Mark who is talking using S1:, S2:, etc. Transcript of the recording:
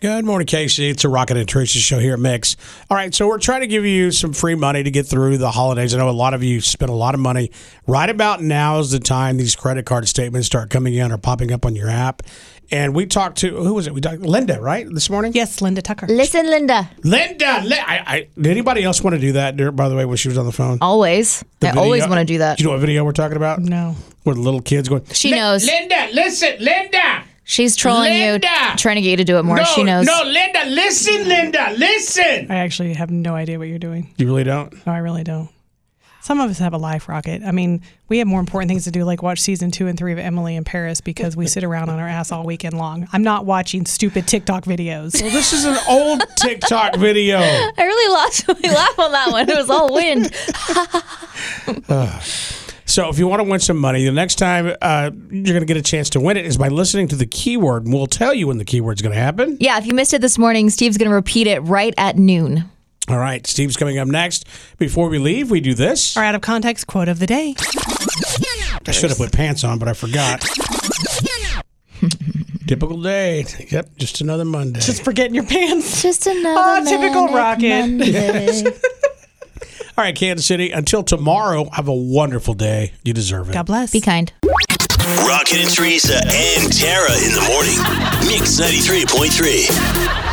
S1: Good morning, Casey. It's a Rocket and Tracy show here at Mix. All right, so we're trying to give you some free money to get through the holidays. I know a lot of you spent a lot of money. Right about now is the time these credit card statements start coming in or popping up on your app. And we talked to who was it? We talked Linda, right? This morning.
S2: Yes, Linda Tucker.
S3: Listen, Linda.
S1: Linda. Li- I, I, did anybody else want to do that? By the way, when she was on the phone,
S3: Always.
S1: The
S3: Oh, I always
S1: video-
S3: want to do that.
S1: Do you know what video we're talking about?
S2: No.
S1: Where the little kids going.
S3: She knows.
S1: Linda, listen, Linda.
S3: She's trolling
S1: Linda!
S3: you, trying to get you to do it more. she knows.
S1: Linda, listen, Linda, listen.
S2: I actually have no idea what you're doing.
S1: You really don't.
S2: No, I really don't. Some of us have a life rocket. I mean, we have more important things to do, like watch season two and three of Emily in Paris because we sit around on our ass all weekend long. I'm not watching stupid TikTok videos.
S1: Well, this is an old TikTok video.
S3: I really lost my laugh on that one. It was all wind.
S1: So, if you want to win some money, the next time uh, you're going to get a chance to win it is by listening to the keyword, and we'll tell you when the keyword's going to happen.
S3: Yeah, if you missed it this morning, Steve's going to repeat it right at noon.
S1: All right, Steve's coming up next. Before we leave, we do this.
S2: Our out of context quote of the day.
S1: I should have put pants on, but I forgot. Typical day. Yep, just another Monday.
S2: Just forgetting your pants.
S3: Just
S2: Ah,
S3: another
S2: typical rocket.
S1: All right, Kansas City. Until tomorrow, have a wonderful day. You deserve it.
S2: God bless.
S3: Be kind.
S4: Rocket and Teresa and Tara in the morning. Mix 93.3.